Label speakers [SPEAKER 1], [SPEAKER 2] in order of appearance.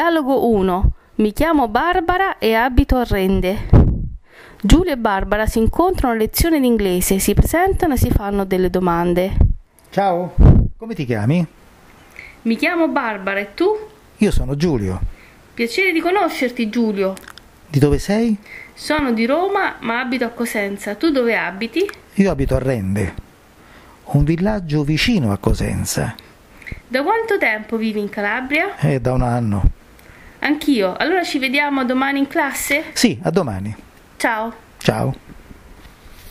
[SPEAKER 1] Dialogo 1. Mi chiamo Barbara e abito a Rende. Giulia e Barbara si incontrano a lezione d'inglese, si presentano e si fanno delle domande.
[SPEAKER 2] Ciao, come ti chiami?
[SPEAKER 1] Mi chiamo Barbara e tu?
[SPEAKER 2] Io sono Giulio.
[SPEAKER 1] Piacere di conoscerti, Giulio.
[SPEAKER 2] Di dove sei?
[SPEAKER 1] Sono di Roma, ma abito a Cosenza. Tu dove abiti?
[SPEAKER 2] Io abito a Rende, un villaggio vicino a Cosenza.
[SPEAKER 1] Da quanto tempo vivi in Calabria?
[SPEAKER 2] È da un anno.
[SPEAKER 1] Anch'io. Allora ci vediamo domani in classe?
[SPEAKER 2] Sì, a domani.
[SPEAKER 1] Ciao.
[SPEAKER 2] Ciao.